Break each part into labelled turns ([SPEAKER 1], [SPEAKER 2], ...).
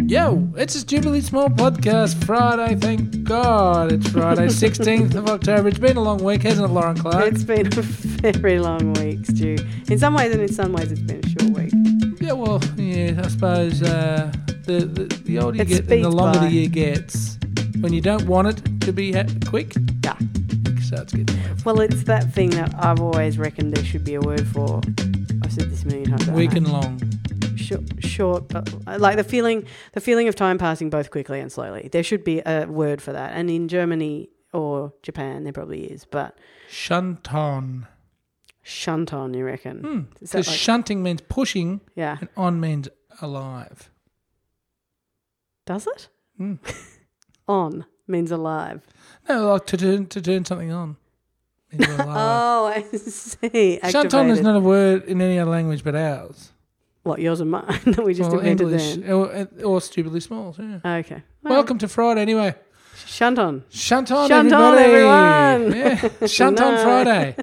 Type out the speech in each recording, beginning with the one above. [SPEAKER 1] Yo, it's a Jubilee Small Podcast Friday. Thank God it's Friday, 16th of October. It's been a long week, hasn't it, Lauren Clark?
[SPEAKER 2] It's been a very long week, Stu. In some ways, and in some ways, it's been a short week.
[SPEAKER 1] Yeah, well, yeah, I suppose uh, the, the the older you
[SPEAKER 2] It
[SPEAKER 1] get, and the
[SPEAKER 2] speeds
[SPEAKER 1] longer
[SPEAKER 2] by.
[SPEAKER 1] the year gets. When you don't want it to be ha- quick,
[SPEAKER 2] Yeah.
[SPEAKER 1] it starts getting. away.
[SPEAKER 2] Well, it's that thing that I've always reckoned there should be a word for. I've said this a million times. I
[SPEAKER 1] Weak
[SPEAKER 2] know.
[SPEAKER 1] and long.
[SPEAKER 2] Short, short, but like the feeling, the feeling of time passing both quickly and slowly. There should be a word for that, and in Germany or Japan, there probably is. But
[SPEAKER 1] Shunton.
[SPEAKER 2] shunt on, you reckon?
[SPEAKER 1] Hmm.
[SPEAKER 2] Is that
[SPEAKER 1] Because
[SPEAKER 2] like-
[SPEAKER 1] shunting means pushing,
[SPEAKER 2] Yeah,
[SPEAKER 1] and on means alive.
[SPEAKER 2] does it?
[SPEAKER 1] Hmm.
[SPEAKER 2] On means alive.
[SPEAKER 1] No, like to turn to turn something on. means you're alive.
[SPEAKER 2] Oh, I see.
[SPEAKER 1] Shunton is
[SPEAKER 2] Oh, Activated.
[SPEAKER 1] not a word in any other language but ours.
[SPEAKER 2] What yours and mine that we just
[SPEAKER 1] Or
[SPEAKER 2] invented
[SPEAKER 1] English,
[SPEAKER 2] then.
[SPEAKER 1] or, uh, or stupidly small. Yeah.
[SPEAKER 2] Okay. Well,
[SPEAKER 1] Welcome to Friday, anyway.
[SPEAKER 2] Shunt on.
[SPEAKER 1] Shunt on,
[SPEAKER 2] Shunt on,
[SPEAKER 1] everybody.
[SPEAKER 2] everyone.
[SPEAKER 1] Yeah. Shunt on
[SPEAKER 2] No.
[SPEAKER 1] Friday.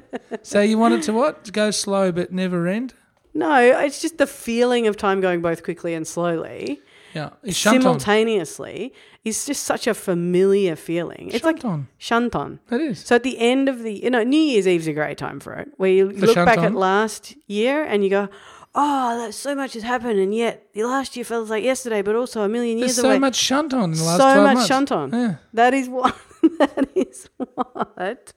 [SPEAKER 1] So you want it to what? To go slow but never end?
[SPEAKER 2] No, it's just the feeling of time going both quickly and slowly,
[SPEAKER 1] Yeah. It's shunt on.
[SPEAKER 2] simultaneously, is just such a familiar feeling. It's like
[SPEAKER 1] Shunt on.
[SPEAKER 2] shunt on.
[SPEAKER 1] That is.
[SPEAKER 2] So at the end of the, you know, New Year's Eve's a great time for it, where you
[SPEAKER 1] For
[SPEAKER 2] look
[SPEAKER 1] shunt
[SPEAKER 2] back
[SPEAKER 1] on?
[SPEAKER 2] at last year and you go, oh, that, so much has happened, and yet last year felt like yesterday, but also a million
[SPEAKER 1] There's
[SPEAKER 2] years
[SPEAKER 1] so
[SPEAKER 2] away.
[SPEAKER 1] much shunt on in the last
[SPEAKER 2] so
[SPEAKER 1] 12
[SPEAKER 2] much
[SPEAKER 1] months.
[SPEAKER 2] shunt on.
[SPEAKER 1] Yeah.
[SPEAKER 2] That is what that is what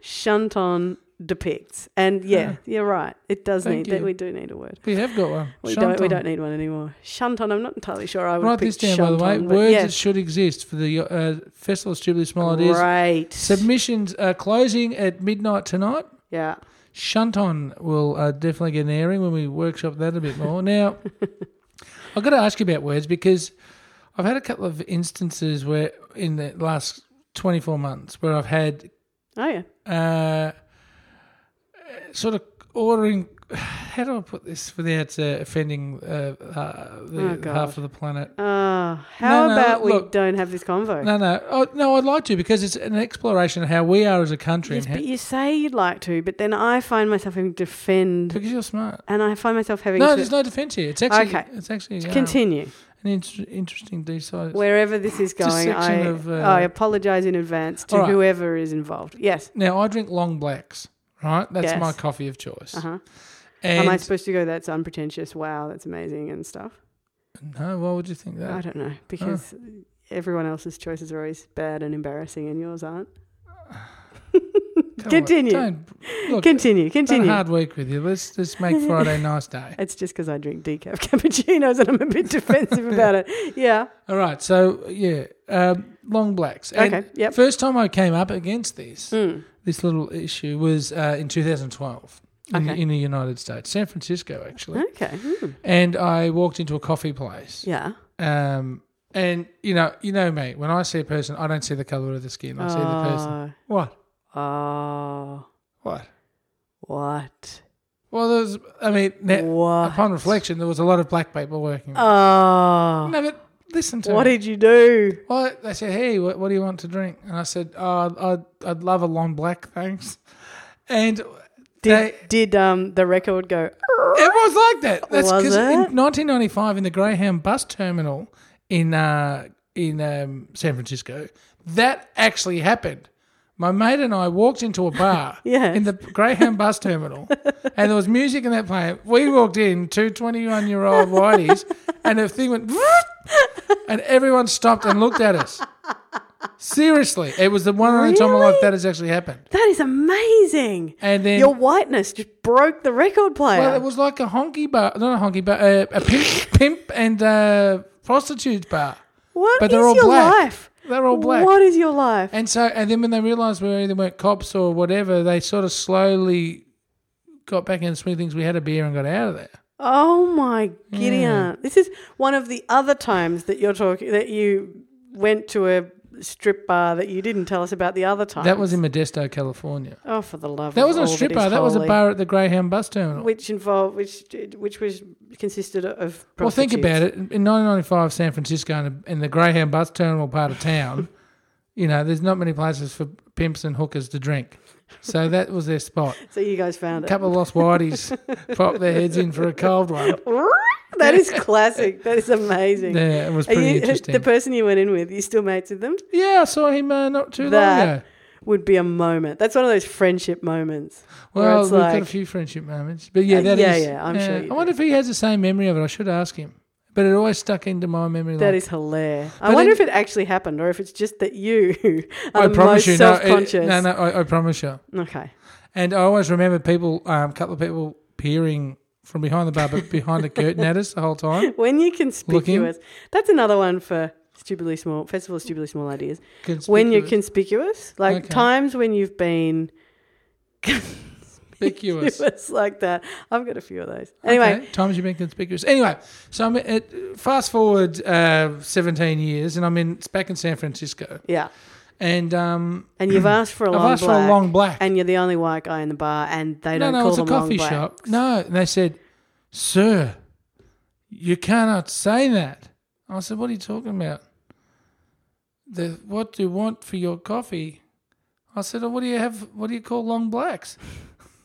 [SPEAKER 2] shunt on depicts. And yeah,
[SPEAKER 1] Yeah.
[SPEAKER 2] you're right. It does
[SPEAKER 1] Thank
[SPEAKER 2] need that
[SPEAKER 1] you.
[SPEAKER 2] we do need a word.
[SPEAKER 1] We have got one.
[SPEAKER 2] We
[SPEAKER 1] shunt
[SPEAKER 2] don't we
[SPEAKER 1] on.
[SPEAKER 2] don't need one anymore. Shunt on, I'm not entirely sure I would
[SPEAKER 1] Write
[SPEAKER 2] pick
[SPEAKER 1] this down, by
[SPEAKER 2] shunt
[SPEAKER 1] the way.
[SPEAKER 2] on, but
[SPEAKER 1] Words
[SPEAKER 2] yeah.
[SPEAKER 1] that should exist for the uh, Festival of Stupidly Small Ideas.
[SPEAKER 2] Great.
[SPEAKER 1] Submissions are closing at midnight tonight.
[SPEAKER 2] yeah.
[SPEAKER 1] Shunt on will uh, definitely get an airing when we workshop that a bit more. Now, I've got to ask you about words because I've had a couple of instances where in the last 24 months where I've had
[SPEAKER 2] Oh yeah.
[SPEAKER 1] uh, sort of ordering. How do I put this without uh, offending uh, uh,
[SPEAKER 2] Oh,
[SPEAKER 1] the
[SPEAKER 2] God.
[SPEAKER 1] half of the planet?
[SPEAKER 2] Uh,
[SPEAKER 1] No,
[SPEAKER 2] how
[SPEAKER 1] no,
[SPEAKER 2] about we
[SPEAKER 1] look.
[SPEAKER 2] don't have this convo?
[SPEAKER 1] No, no, oh, no. I'd like to because it's an exploration of how we are as a country.
[SPEAKER 2] Yes,
[SPEAKER 1] and
[SPEAKER 2] but
[SPEAKER 1] how,
[SPEAKER 2] you say you'd like to, but then I find myself having to defend
[SPEAKER 1] because you're smart.
[SPEAKER 2] and I find myself having
[SPEAKER 1] No,
[SPEAKER 2] to
[SPEAKER 1] there's no defence here. It's actually
[SPEAKER 2] Okay.
[SPEAKER 1] it's actually um,
[SPEAKER 2] continue.
[SPEAKER 1] an inter- interesting decide.
[SPEAKER 2] Wherever this is going, I,
[SPEAKER 1] section of, uh,
[SPEAKER 2] I apologize in advance to
[SPEAKER 1] All right.
[SPEAKER 2] whoever is involved. Yes.
[SPEAKER 1] Now I drink long blacks, right? That's
[SPEAKER 2] Yes.
[SPEAKER 1] my coffee of choice.
[SPEAKER 2] Uh huh.
[SPEAKER 1] And
[SPEAKER 2] Am I supposed to go? That's unpretentious. Wow, that's amazing and stuff.
[SPEAKER 1] no, why would you think
[SPEAKER 2] I
[SPEAKER 1] that?
[SPEAKER 2] don't know because everyone else's choices are always bad and embarrassing, and yours aren't.
[SPEAKER 1] Come on,
[SPEAKER 2] Continue.
[SPEAKER 1] don't- look,
[SPEAKER 2] continue.
[SPEAKER 1] it's been a
[SPEAKER 2] Continue.
[SPEAKER 1] hard week with you. Let's just make Friday a nice day.
[SPEAKER 2] It's just because I drink decaf cappuccinos and I'm a bit defensive about it. Yeah.
[SPEAKER 1] All right. So yeah, um, long blacks. And
[SPEAKER 2] Okay, yep.
[SPEAKER 1] First time I came up against this
[SPEAKER 2] Mm.
[SPEAKER 1] this little issue was uh, in 2012 in, the-
[SPEAKER 2] Okay.
[SPEAKER 1] in the United States, San Francisco actually,
[SPEAKER 2] Okay. Hmm.
[SPEAKER 1] and I walked into a coffee place.
[SPEAKER 2] Yeah.
[SPEAKER 1] Um, and you know, you know me. When I see a person, I don't see the color of the skin. I see the person.
[SPEAKER 2] Oh,
[SPEAKER 1] What?
[SPEAKER 2] oh,
[SPEAKER 1] What?
[SPEAKER 2] what?
[SPEAKER 1] Well, there's. I mean, now,
[SPEAKER 2] what?
[SPEAKER 1] upon reflection, there was a lot of black people working. there.
[SPEAKER 2] Oh,
[SPEAKER 1] no, but listen to
[SPEAKER 2] what
[SPEAKER 1] me.
[SPEAKER 2] did you do?
[SPEAKER 1] well, they said, "Hey, what, what do you want to drink?" And I said, "Oh, I'd, I'd love a long black, thanks." And
[SPEAKER 2] Did,
[SPEAKER 1] They-
[SPEAKER 2] did um the record go? "Oh,
[SPEAKER 1] it was like that. That's
[SPEAKER 2] Was
[SPEAKER 1] 'cause in
[SPEAKER 2] it?
[SPEAKER 1] 1995 in the Greyhound bus terminal in uh, in um, San Francisco. That actually happened. My mate and I walked into a bar
[SPEAKER 2] Yes.
[SPEAKER 1] in the Greyhound bus terminal, and there was music in that playing. We walked in, two 21 year old whiteys, and the thing went, and everyone stopped and looked at us. Seriously, it was the one and only time in my life
[SPEAKER 2] Really?
[SPEAKER 1] that has actually happened.
[SPEAKER 2] That is amazing.
[SPEAKER 1] And then
[SPEAKER 2] Your whiteness just broke the record player.
[SPEAKER 1] Well, it was like a honky bar, not a honky bar, uh, a pimp, pimp and uh, prostitutes bar.
[SPEAKER 2] What
[SPEAKER 1] but they're
[SPEAKER 2] is
[SPEAKER 1] all
[SPEAKER 2] your
[SPEAKER 1] black.
[SPEAKER 2] life?
[SPEAKER 1] They're all black.
[SPEAKER 2] What is your life?
[SPEAKER 1] And so, and then when they realised we either weren't cops or whatever, they sort of slowly got back in the swing of things. We had a beer and got out of there.
[SPEAKER 2] oh my giddy
[SPEAKER 1] Mm.
[SPEAKER 2] aunt. This is one of the other times that you're talking that you went to a strip bar that you didn't tell us about the other time.
[SPEAKER 1] That was in Modesto, California.
[SPEAKER 2] Oh for the love
[SPEAKER 1] That
[SPEAKER 2] of
[SPEAKER 1] wasn't
[SPEAKER 2] all
[SPEAKER 1] a
[SPEAKER 2] that
[SPEAKER 1] strip
[SPEAKER 2] is
[SPEAKER 1] bar. That was a
[SPEAKER 2] holy.
[SPEAKER 1] bar at the Greyhound bus terminal.
[SPEAKER 2] which involved which which was consisted of
[SPEAKER 1] Well, think
[SPEAKER 2] prostitutes.
[SPEAKER 1] about it. In 1995, San Francisco and, and the Greyhound bus terminal part of town, you know, there's not many places for pimps and hookers to drink. So that was their spot.
[SPEAKER 2] So you guys found
[SPEAKER 1] A
[SPEAKER 2] it.
[SPEAKER 1] couple of lost whiteys popped their heads in for a cold one.
[SPEAKER 2] that is classic. That is amazing.
[SPEAKER 1] Yeah, it was
[SPEAKER 2] Are
[SPEAKER 1] pretty
[SPEAKER 2] you, uh,
[SPEAKER 1] interesting.
[SPEAKER 2] the person you went in with, you still mates with them?
[SPEAKER 1] yeah, I saw him uh, not too long
[SPEAKER 2] That
[SPEAKER 1] ago.
[SPEAKER 2] would be a moment. That's one of those friendship moments. where
[SPEAKER 1] Well,
[SPEAKER 2] it's
[SPEAKER 1] we've got
[SPEAKER 2] like- Uh,
[SPEAKER 1] a few friendship moments, but yeah, that is.
[SPEAKER 2] yeah, yeah, I'm sure you
[SPEAKER 1] I wonder if he has the same memory of it. I should ask him, but it always stuck into my memory.
[SPEAKER 2] That
[SPEAKER 1] like,
[SPEAKER 2] is hilarious. I
[SPEAKER 1] But
[SPEAKER 2] wonder
[SPEAKER 1] in-
[SPEAKER 2] if it actually happened or if it's just that you are
[SPEAKER 1] I
[SPEAKER 2] the
[SPEAKER 1] promise
[SPEAKER 2] most
[SPEAKER 1] you, no, it-
[SPEAKER 2] self-conscious.
[SPEAKER 1] no, no, I, I promise you.
[SPEAKER 2] Okay.
[SPEAKER 1] And I always remember people, a um, couple of people peering from behind the bar, but behind the curtain at us the whole time
[SPEAKER 2] When you're conspicuous, that's another one for stupidly small festival. of Stupidly small ideas. When you're
[SPEAKER 1] Conspicuous.
[SPEAKER 2] conspicuous, like
[SPEAKER 1] Okay.
[SPEAKER 2] times when you've been
[SPEAKER 1] conspicuous.
[SPEAKER 2] conspicuous like that. I've got a few of those. Anyway,
[SPEAKER 1] Okay, times you've been conspicuous. Anyway, so I'm at, fast forward uh, 17 years, and I'm in it's back in San Francisco,
[SPEAKER 2] yeah.
[SPEAKER 1] and um,
[SPEAKER 2] And you've asked for a
[SPEAKER 1] I've
[SPEAKER 2] long
[SPEAKER 1] asked
[SPEAKER 2] black,
[SPEAKER 1] for a long black.
[SPEAKER 2] and you're the only white guy in the bar, and they
[SPEAKER 1] no,
[SPEAKER 2] don't
[SPEAKER 1] no,
[SPEAKER 2] call
[SPEAKER 1] it's a
[SPEAKER 2] them
[SPEAKER 1] coffee
[SPEAKER 2] long
[SPEAKER 1] shop.
[SPEAKER 2] blacks.
[SPEAKER 1] No, and they said, "Sir, you cannot say that." I said, "What are you talking about? The what do you want for your coffee?" I said, oh, "What do you have? What do you call long blacks?"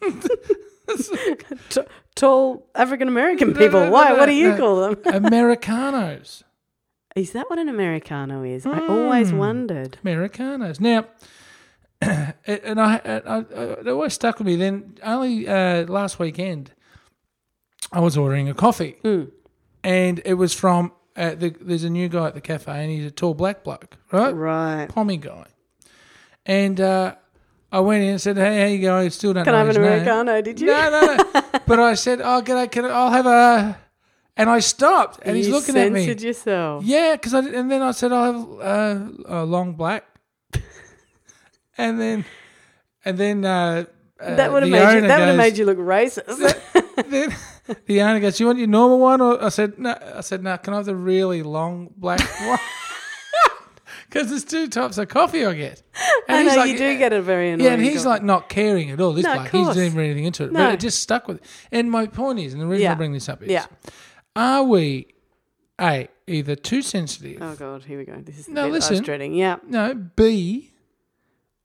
[SPEAKER 2] T- tall African American
[SPEAKER 1] No,
[SPEAKER 2] people.
[SPEAKER 1] no, no,
[SPEAKER 2] Why?
[SPEAKER 1] no,
[SPEAKER 2] what do you
[SPEAKER 1] no.
[SPEAKER 2] call them?
[SPEAKER 1] Americanos.
[SPEAKER 2] Is that what an Americano is? I
[SPEAKER 1] Hmm.
[SPEAKER 2] always wondered.
[SPEAKER 1] Americanos. Now, and and I, and I, it always stuck with me. Then only uh, last weekend, I was ordering a coffee,
[SPEAKER 2] Hmm.
[SPEAKER 1] and it was from uh, the, there's a new guy at the cafe, and he's a tall black bloke, Oh, right?
[SPEAKER 2] Right.
[SPEAKER 1] Pommy guy, and uh, I went in and said, "Hey, how you going?" Still don't
[SPEAKER 2] Can
[SPEAKER 1] know
[SPEAKER 2] I have an
[SPEAKER 1] his name.
[SPEAKER 2] Americano? Did you?
[SPEAKER 1] No, no, no. but I said, "Oh, can I? Can I, I'll have a." And I stopped, and he's
[SPEAKER 2] you
[SPEAKER 1] looking at me.
[SPEAKER 2] censored yourself.
[SPEAKER 1] Yeah, because I did- and then I said I'll have uh, a long black, and then and then uh, uh,
[SPEAKER 2] that would have
[SPEAKER 1] the
[SPEAKER 2] made you,
[SPEAKER 1] owner
[SPEAKER 2] that would have
[SPEAKER 1] goes-
[SPEAKER 2] made you look racist.
[SPEAKER 1] Then the owner goes, "You want your normal one?" Or I said, "No." I said, "No." Can I have the really long black one? Because there's two types of coffee I get. And
[SPEAKER 2] I
[SPEAKER 1] he's
[SPEAKER 2] know
[SPEAKER 1] like,
[SPEAKER 2] you do get a very annoying.
[SPEAKER 1] Yeah, and he's
[SPEAKER 2] guy.
[SPEAKER 1] like not caring at all. This
[SPEAKER 2] No, of
[SPEAKER 1] black, he
[SPEAKER 2] course.
[SPEAKER 1] didn't read anything into it,
[SPEAKER 2] No.
[SPEAKER 1] but it just stuck with. It. And my point is, and the reason
[SPEAKER 2] Yeah.
[SPEAKER 1] I bring this up is,
[SPEAKER 2] yeah.
[SPEAKER 1] are we a either too sensitive?
[SPEAKER 2] Oh god, here we go. This is the
[SPEAKER 1] No,
[SPEAKER 2] bit I was
[SPEAKER 1] listen.
[SPEAKER 2] dreading. Yeah,
[SPEAKER 1] No, B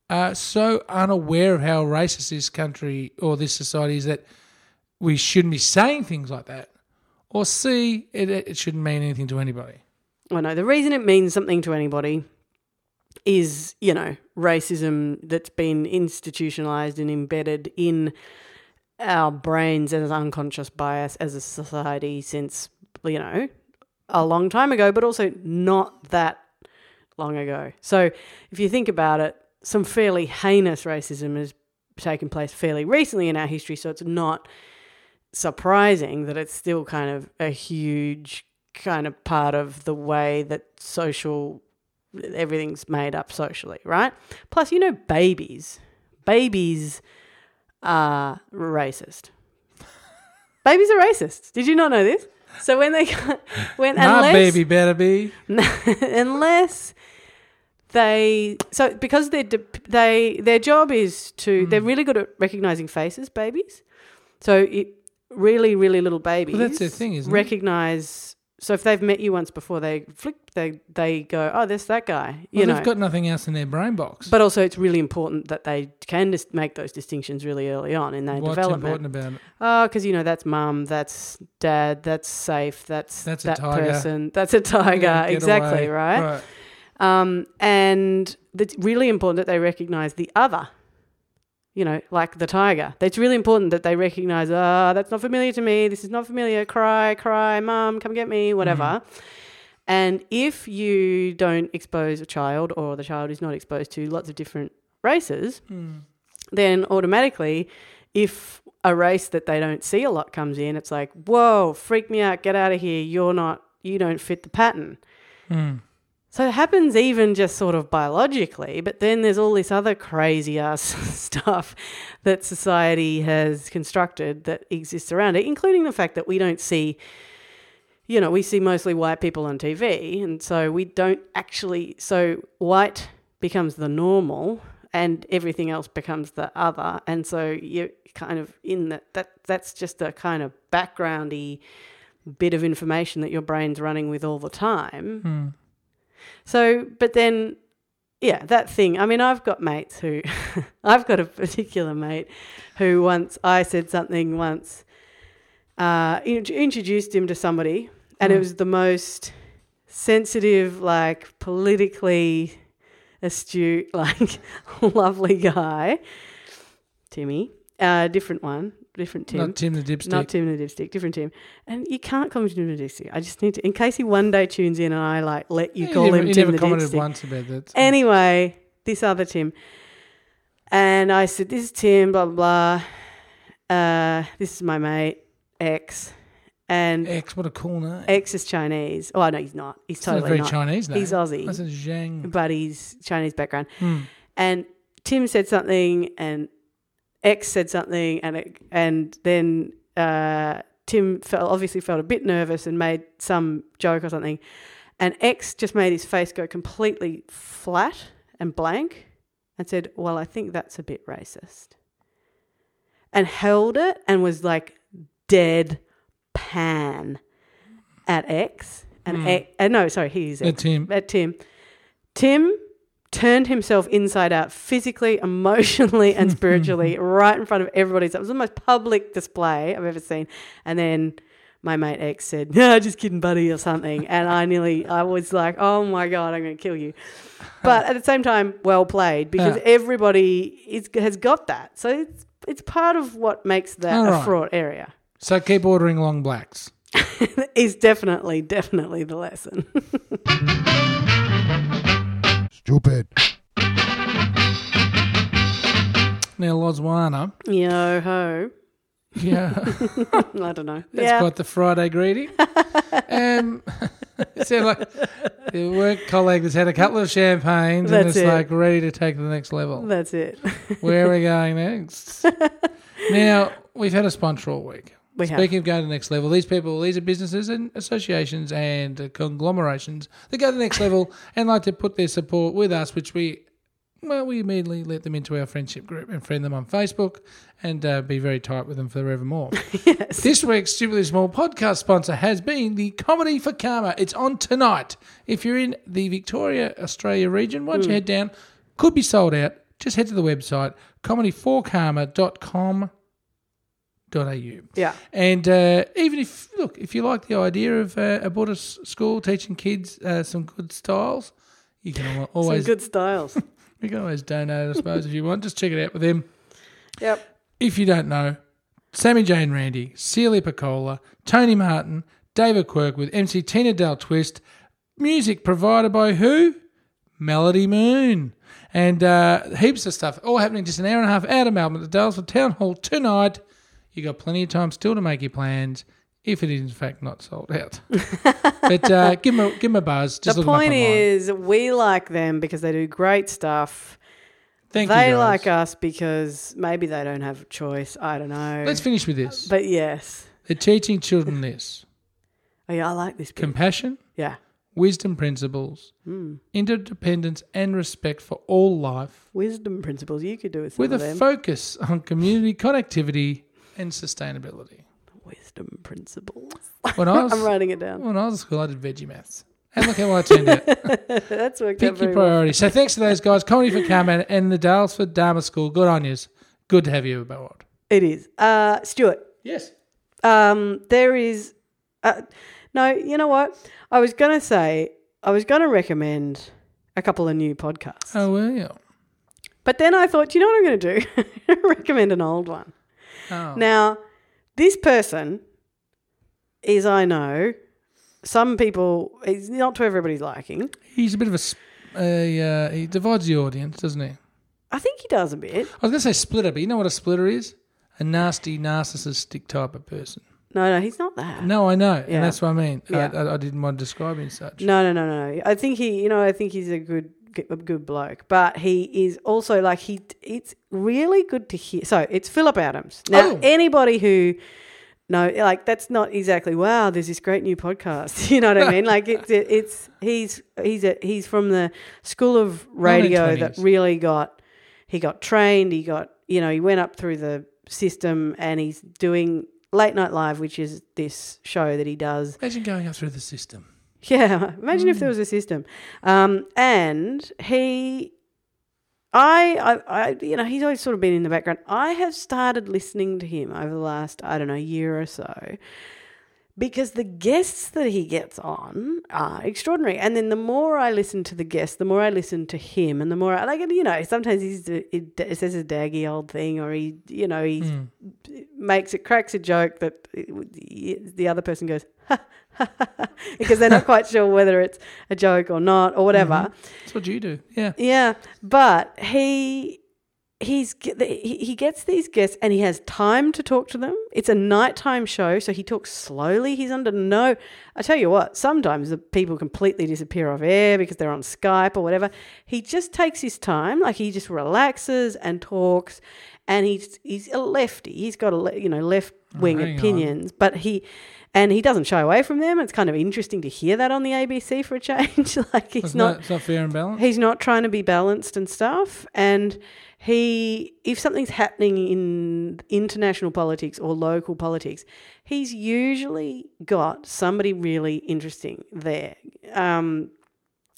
[SPEAKER 1] are so unaware of how racist this country or this society is that we shouldn't be saying things like that. Or C, it, it shouldn't mean anything to anybody.
[SPEAKER 2] I know. The reason it means something to anybody is, you know, racism that's been institutionalized and embedded in our brains as unconscious bias as a society since, you know, a long time ago, but also not that long ago. So if you think about it, some fairly heinous racism has taken place fairly recently in our history, so it's not surprising that it's still kind of a huge kind of part of the way that social everything's made up socially, right? Plus, you know, babies, babies are racist. babies are racist. Did you not know this? So when they when
[SPEAKER 1] My
[SPEAKER 2] unless
[SPEAKER 1] baby better be.
[SPEAKER 2] unless they so because they they their job is to
[SPEAKER 1] Hmm.
[SPEAKER 2] they're really good at recognizing faces babies so it really really little babies
[SPEAKER 1] Well, that's their thing, isn't it?
[SPEAKER 2] recognize so if they've met you once before they flick they they go oh that's that guy you
[SPEAKER 1] Well,
[SPEAKER 2] know
[SPEAKER 1] they've got nothing else in their brain box.
[SPEAKER 2] but also it's really important that they can just make those distinctions really early on in their
[SPEAKER 1] What's
[SPEAKER 2] development
[SPEAKER 1] important about it?
[SPEAKER 2] Oh, because you know that's mum, that's dad, that's safe, that's,
[SPEAKER 1] That's a
[SPEAKER 2] that
[SPEAKER 1] tiger.
[SPEAKER 2] person, that's a tiger,
[SPEAKER 1] Yeah, get
[SPEAKER 2] Oh, exactly,
[SPEAKER 1] away.
[SPEAKER 2] right? Um, and it's really important that they recognize the other, you know, like the tiger. It's really important that they recognize, ah, that's not familiar to me. This is not familiar. Cry, cry, mum, come get me, whatever. And if you don't expose a child or the child is not exposed to lots of different races,
[SPEAKER 1] Hmm.
[SPEAKER 2] then automatically, if a race that they don't see a lot comes in, it's like, whoa, freak me out, get out of here. You're not, you don't fit the pattern.
[SPEAKER 1] Hmm.
[SPEAKER 2] So it happens even just sort of biologically, but then there's all this other crazy ass stuff that society has constructed that exists around it, including the fact that we don't see, you know, we see mostly white people on TV. And so we don't actually, so white becomes the normal and everything else becomes the other. And so you're kind of in that, that that's just a kind of backgroundy bit of
[SPEAKER 1] Hmm.
[SPEAKER 2] information that your brain's running with all the time. So, but then yeah, that thing. I mean, I've got mates who, I've got a particular mate who once I said something once, uh, in- introduced him to somebody, and it was the most sensitive, like politically astute, like lovely guy, Timmy, uh, different one, different Tim.
[SPEAKER 1] Not Tim the dipstick.
[SPEAKER 2] Not Tim the Dipstick, different Tim. And you can't comment on Tim the Dipstick. I just need to, in case he one day tunes in and I like let you
[SPEAKER 1] He
[SPEAKER 2] call
[SPEAKER 1] never,
[SPEAKER 2] him
[SPEAKER 1] he
[SPEAKER 2] Tim
[SPEAKER 1] never
[SPEAKER 2] the
[SPEAKER 1] commented
[SPEAKER 2] Dipstick.
[SPEAKER 1] once about that.
[SPEAKER 2] Anyway, this other Tim. And I said, This is Tim, blah, blah, blah. Uh, this is my mate, X. And
[SPEAKER 1] X, what a cool name.
[SPEAKER 2] X is Chinese. Oh, no, he's not. He's
[SPEAKER 1] It's not a
[SPEAKER 2] totally
[SPEAKER 1] very
[SPEAKER 2] not.
[SPEAKER 1] Chinese name.
[SPEAKER 2] He's Aussie,
[SPEAKER 1] That's a Zhang.
[SPEAKER 2] but he's Chinese background.
[SPEAKER 1] Mm. Hmm.
[SPEAKER 2] And Tim said something, and X said something, and it, and then uh, Tim felt, obviously felt a bit nervous and made some joke or something, and X just made his face go completely flat and blank, and said, "Well, I think that's a bit racist," and held it and was like dead pan at X and X, uh, no, sorry, he's
[SPEAKER 1] That Tim.
[SPEAKER 2] at Uh, Tim. Tim turned himself inside out physically, emotionally, and spiritually right in front of everybody. So it was the most public display I've ever seen. And then my mate X said, No, just kidding, buddy, or something. And I nearly, I was like, Oh my God, I'm going to kill you. But at the same time, well played because
[SPEAKER 1] Yeah.
[SPEAKER 2] everybody is, has got that. So it's, it's part of what makes that
[SPEAKER 1] All
[SPEAKER 2] a
[SPEAKER 1] right.
[SPEAKER 2] fraught area.
[SPEAKER 1] So keep ordering long blacks.
[SPEAKER 2] is definitely, definitely the lesson.
[SPEAKER 3] Stupid.
[SPEAKER 1] Now, Lozwana.
[SPEAKER 2] Yo ho.
[SPEAKER 1] Yeah.
[SPEAKER 2] I don't know.
[SPEAKER 1] That's quite the Friday greeting. um, it sounded like the work colleague that's had a couple of champagnes and
[SPEAKER 2] That's
[SPEAKER 1] it's
[SPEAKER 2] it.
[SPEAKER 1] like ready to take it to the next level.
[SPEAKER 2] That's it.
[SPEAKER 1] Where are we going next? now, we've had a sponsor all week.
[SPEAKER 2] We have.
[SPEAKER 1] Speaking of going to the next level, these people, these are businesses and associations and uh, conglomerations that go to the next level and like to put their support with us, which we, well, we immediately let them into our friendship group and friend them on Facebook and uh, be very tight with them forevermore.
[SPEAKER 2] yes.
[SPEAKER 1] This week's Stupidly Small podcast sponsor has been the Comedy for Karma. It's on tonight. If you're in the Victoria, Australia region, why don't you head down? Could be sold out. Just head to the website, comedyforkarma.com.au.
[SPEAKER 2] Yeah.
[SPEAKER 1] And uh, even if, look, if you like the idea of uh, a Buddhist school teaching kids uh, some good styles, you can al- always,
[SPEAKER 2] Some good styles.
[SPEAKER 1] you can always donate, I suppose, if you want. Just check it out with them.
[SPEAKER 2] yep.
[SPEAKER 1] If you don't know, Sammy Jane Randy, Celia Piccola, Tony Martin, David Quirk with MC Tina Del Twist. Music provided by who? Melody Moon. And uh, heaps of stuff, all happening just an hour and a half out of Melbourne at the Dalesford Town Hall tonight. you got plenty of time still to make your plans if it is, in fact, not sold out. but uh, give, them a, give 'em a buzz. Just
[SPEAKER 2] the
[SPEAKER 1] look 'em up
[SPEAKER 2] point
[SPEAKER 1] online.
[SPEAKER 2] is, we like them because they do great stuff.
[SPEAKER 1] Thank
[SPEAKER 2] they
[SPEAKER 1] you guys.
[SPEAKER 2] like us because maybe they don't have a choice. I don't know.
[SPEAKER 1] Let's finish with this.
[SPEAKER 2] but yes.
[SPEAKER 1] They're teaching children this
[SPEAKER 2] Oh, yeah, I like this. bit.
[SPEAKER 1] compassion,
[SPEAKER 2] yeah.
[SPEAKER 1] wisdom principles, interdependence, and respect for all life,
[SPEAKER 2] Wisdom principles. You could do with some
[SPEAKER 1] with
[SPEAKER 2] of
[SPEAKER 1] a
[SPEAKER 2] them.
[SPEAKER 1] focus on community connectivity and sustainability.
[SPEAKER 2] Wisdom principles.
[SPEAKER 1] When I was
[SPEAKER 2] I'm writing it down.
[SPEAKER 1] when I was at school, I did veggie maths, and look how I turned out.
[SPEAKER 2] That's
[SPEAKER 1] Pick
[SPEAKER 2] worked out
[SPEAKER 1] your
[SPEAKER 2] very well.
[SPEAKER 1] priorities. So thanks to those guys, Comedy for Carmen and the Dalesford Dharma School. Good on yous. Good to have you aboard.
[SPEAKER 2] It is. Uh, Stuart,
[SPEAKER 1] Yes.
[SPEAKER 2] um, there is. Uh, no, you know what? I was going to say, I was going to recommend a couple of new podcasts.
[SPEAKER 1] Oh well.
[SPEAKER 2] But then I thought, you know what I'm going to do? I'm gonna Recommend an old one.
[SPEAKER 1] Oh.
[SPEAKER 2] Now, this person is, I know, some people, it's not to everybody's liking.
[SPEAKER 1] He's a bit of a, sp- a uh, he divides the audience, doesn't he?
[SPEAKER 2] I think he does a bit.
[SPEAKER 1] I was going to say splitter, but you know what a splitter is? A nasty, narcissistic type of person.
[SPEAKER 2] No, no, he's not that.
[SPEAKER 1] No, I know,
[SPEAKER 2] Yeah.
[SPEAKER 1] and that's what I mean.
[SPEAKER 2] Yeah.
[SPEAKER 1] I, I, I didn't want to describe him as such.
[SPEAKER 2] No, no, no, no. I think he, you know, I think he's a good, a good bloke. But he is also like he. It's really good to hear. So it's Philip Adams. Now,
[SPEAKER 1] Oh.
[SPEAKER 2] anybody who, no, like that's not exactly. Wow, there's this great new podcast. You know what I mean? Like it's it, it's he's he's a he's from the school of radio that
[SPEAKER 1] 1920s.
[SPEAKER 2] really got he got trained. He got you know he went up through the system and he's doing late night live, which is this show that he does
[SPEAKER 1] Imagine going up through the system.
[SPEAKER 2] Yeah, imagine if there was a system. Um, and he, I, I, I, you know, he's always sort of been in the background. I have started listening to him over the last, I don't know, year or so. Because the guests that he gets on are extraordinary, and then the more I listen to the guests, the more I listen to him, and the more I like, and, you know, sometimes he's it, it says a daggy old thing, or he, you know, he
[SPEAKER 1] Hmm.
[SPEAKER 2] makes it cracks a joke that it- the other person goes, because they're not quite sure whether it's a joke or not or whatever.
[SPEAKER 1] That's what you do. Yeah.
[SPEAKER 2] Yeah, but he he's g- he he gets these guests and he has time to talk to them. It's a nighttime show, so he talks slowly. He's under no. I tell you what, sometimes the people completely disappear off air because they're on Skype or whatever. He just takes his time, like he just relaxes and talks. And he's he's a lefty. He's got a le- you know left wing
[SPEAKER 1] Oh, hang on.
[SPEAKER 2] opinions, but he and he doesn't shy away from them. It's kind of interesting to hear that on the ABC for a change. like he's
[SPEAKER 1] It's
[SPEAKER 2] not
[SPEAKER 1] not, it's not fair and balanced.
[SPEAKER 2] He's not trying to be balanced and stuff. And he, if something's happening in international politics or local politics, he's usually got somebody really interesting there. Um,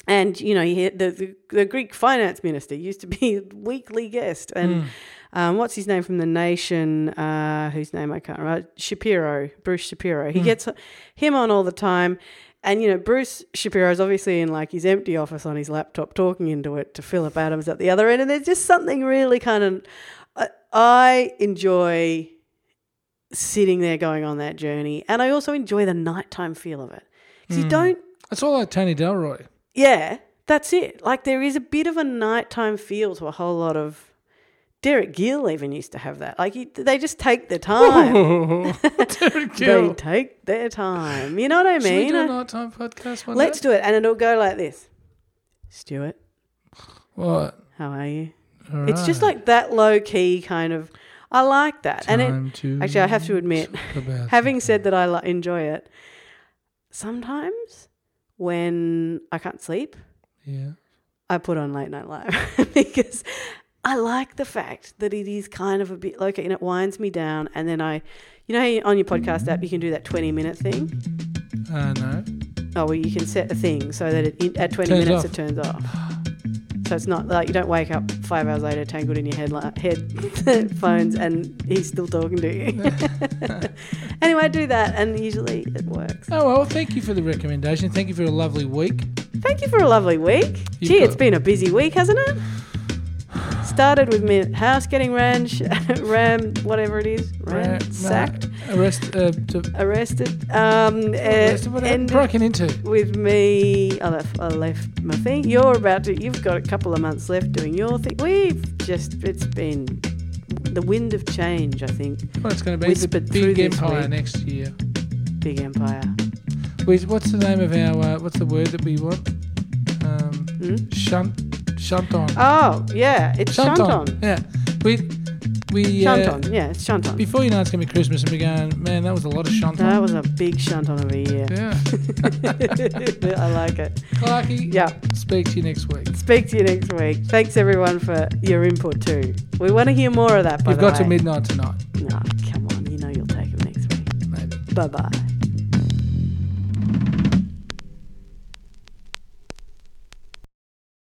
[SPEAKER 2] and you know, he, the, the the Greek finance minister used to be a weekly guest, and um, what's his name from the Nation? Uh, whose name I can't remember. Shapiro, Bruce Shapiro. He gets him on all the time, and you know, Bruce Shapiro is obviously in like his empty office on his laptop talking into it to Philip Adams at the other end, and there's just something really kind of I, I enjoy sitting there going on that journey, and I also enjoy the nighttime feel of it because you don't
[SPEAKER 1] It's all like Tony Delroy.
[SPEAKER 2] yeah, that's it. Like there is a bit of a nighttime feel to a whole lot of. Derek Gill even used to have that. Like you, they just take their time.
[SPEAKER 1] Dude,
[SPEAKER 2] they
[SPEAKER 1] kill.
[SPEAKER 2] take their time. You know what I
[SPEAKER 1] Should we
[SPEAKER 2] mean?
[SPEAKER 1] do a nighttime podcast one
[SPEAKER 2] Let's
[SPEAKER 1] day?
[SPEAKER 2] do it, and it'll go like this. Stuart,
[SPEAKER 1] What?
[SPEAKER 2] how are you?
[SPEAKER 1] All
[SPEAKER 2] It's just
[SPEAKER 1] right.
[SPEAKER 2] like that low key kind of. I like that, and
[SPEAKER 1] Time to
[SPEAKER 2] it actually I have to admit,
[SPEAKER 1] talk about
[SPEAKER 2] having said that, I li- enjoy it. Sometimes when I can't sleep,
[SPEAKER 1] yeah.
[SPEAKER 2] I put on Late Night Live because I like the fact that it is kind of a bit like and it winds me down. And then I, you know, how you- on your podcast
[SPEAKER 1] Mm-hmm.
[SPEAKER 2] app, you can do that 20 minute thing.
[SPEAKER 1] Uh, no.
[SPEAKER 2] Oh, well, you can set a thing so that it, at 20
[SPEAKER 1] Turns off.
[SPEAKER 2] minutes it turns off. So it's not like you don't wake up five hours later tangled in your head, head phones and he's still talking to you. anyway, I do that and usually it works.
[SPEAKER 1] Oh well, thank you for the recommendation. Thank you for a lovely week.
[SPEAKER 2] Thank you for a lovely week.
[SPEAKER 1] You
[SPEAKER 2] Gee,
[SPEAKER 1] go.
[SPEAKER 2] it's been a busy week, hasn't it? Started with me house getting ran, ram, whatever it is,
[SPEAKER 1] Uh,
[SPEAKER 2] ran,
[SPEAKER 1] no,
[SPEAKER 2] sacked,
[SPEAKER 1] Arrest. Uh, to,
[SPEAKER 2] arrested, um, uh,
[SPEAKER 1] arrested, what am I
[SPEAKER 2] ended
[SPEAKER 1] broken into.
[SPEAKER 2] with me. I left, I left my thing. You're about to. You've got a couple of months left doing your thing. We've just. It's been the wind of change. I think
[SPEAKER 1] Well, it's going to be the
[SPEAKER 2] Whispered through
[SPEAKER 1] big
[SPEAKER 2] this
[SPEAKER 1] empire
[SPEAKER 2] week.
[SPEAKER 1] next year.
[SPEAKER 2] big empire.
[SPEAKER 1] Wait, What's the name of our? Uh, what's the word that we want? Um,
[SPEAKER 2] Hmm?
[SPEAKER 1] shunt. Shunt on.
[SPEAKER 2] Oh yeah, it's Shanton.
[SPEAKER 1] Yeah. We. We. Uh,
[SPEAKER 2] Shanton. Yeah, it's Shanton.
[SPEAKER 1] before you know it's going to be Christmas, and we're going. Man, that was a lot of shunt
[SPEAKER 2] That
[SPEAKER 1] on.
[SPEAKER 2] was a big Shanton of a year.
[SPEAKER 1] Yeah.
[SPEAKER 2] I like it.
[SPEAKER 1] Clarky.
[SPEAKER 2] Yeah.
[SPEAKER 1] Speak to you next week.
[SPEAKER 2] Speak to you next week. Thanks everyone for your input too. We want to hear more of that. By
[SPEAKER 1] You've
[SPEAKER 2] the
[SPEAKER 1] got to
[SPEAKER 2] way.
[SPEAKER 1] midnight tonight,
[SPEAKER 2] No, come on. You know you'll take it next week.
[SPEAKER 1] maybe.
[SPEAKER 2] Bye bye.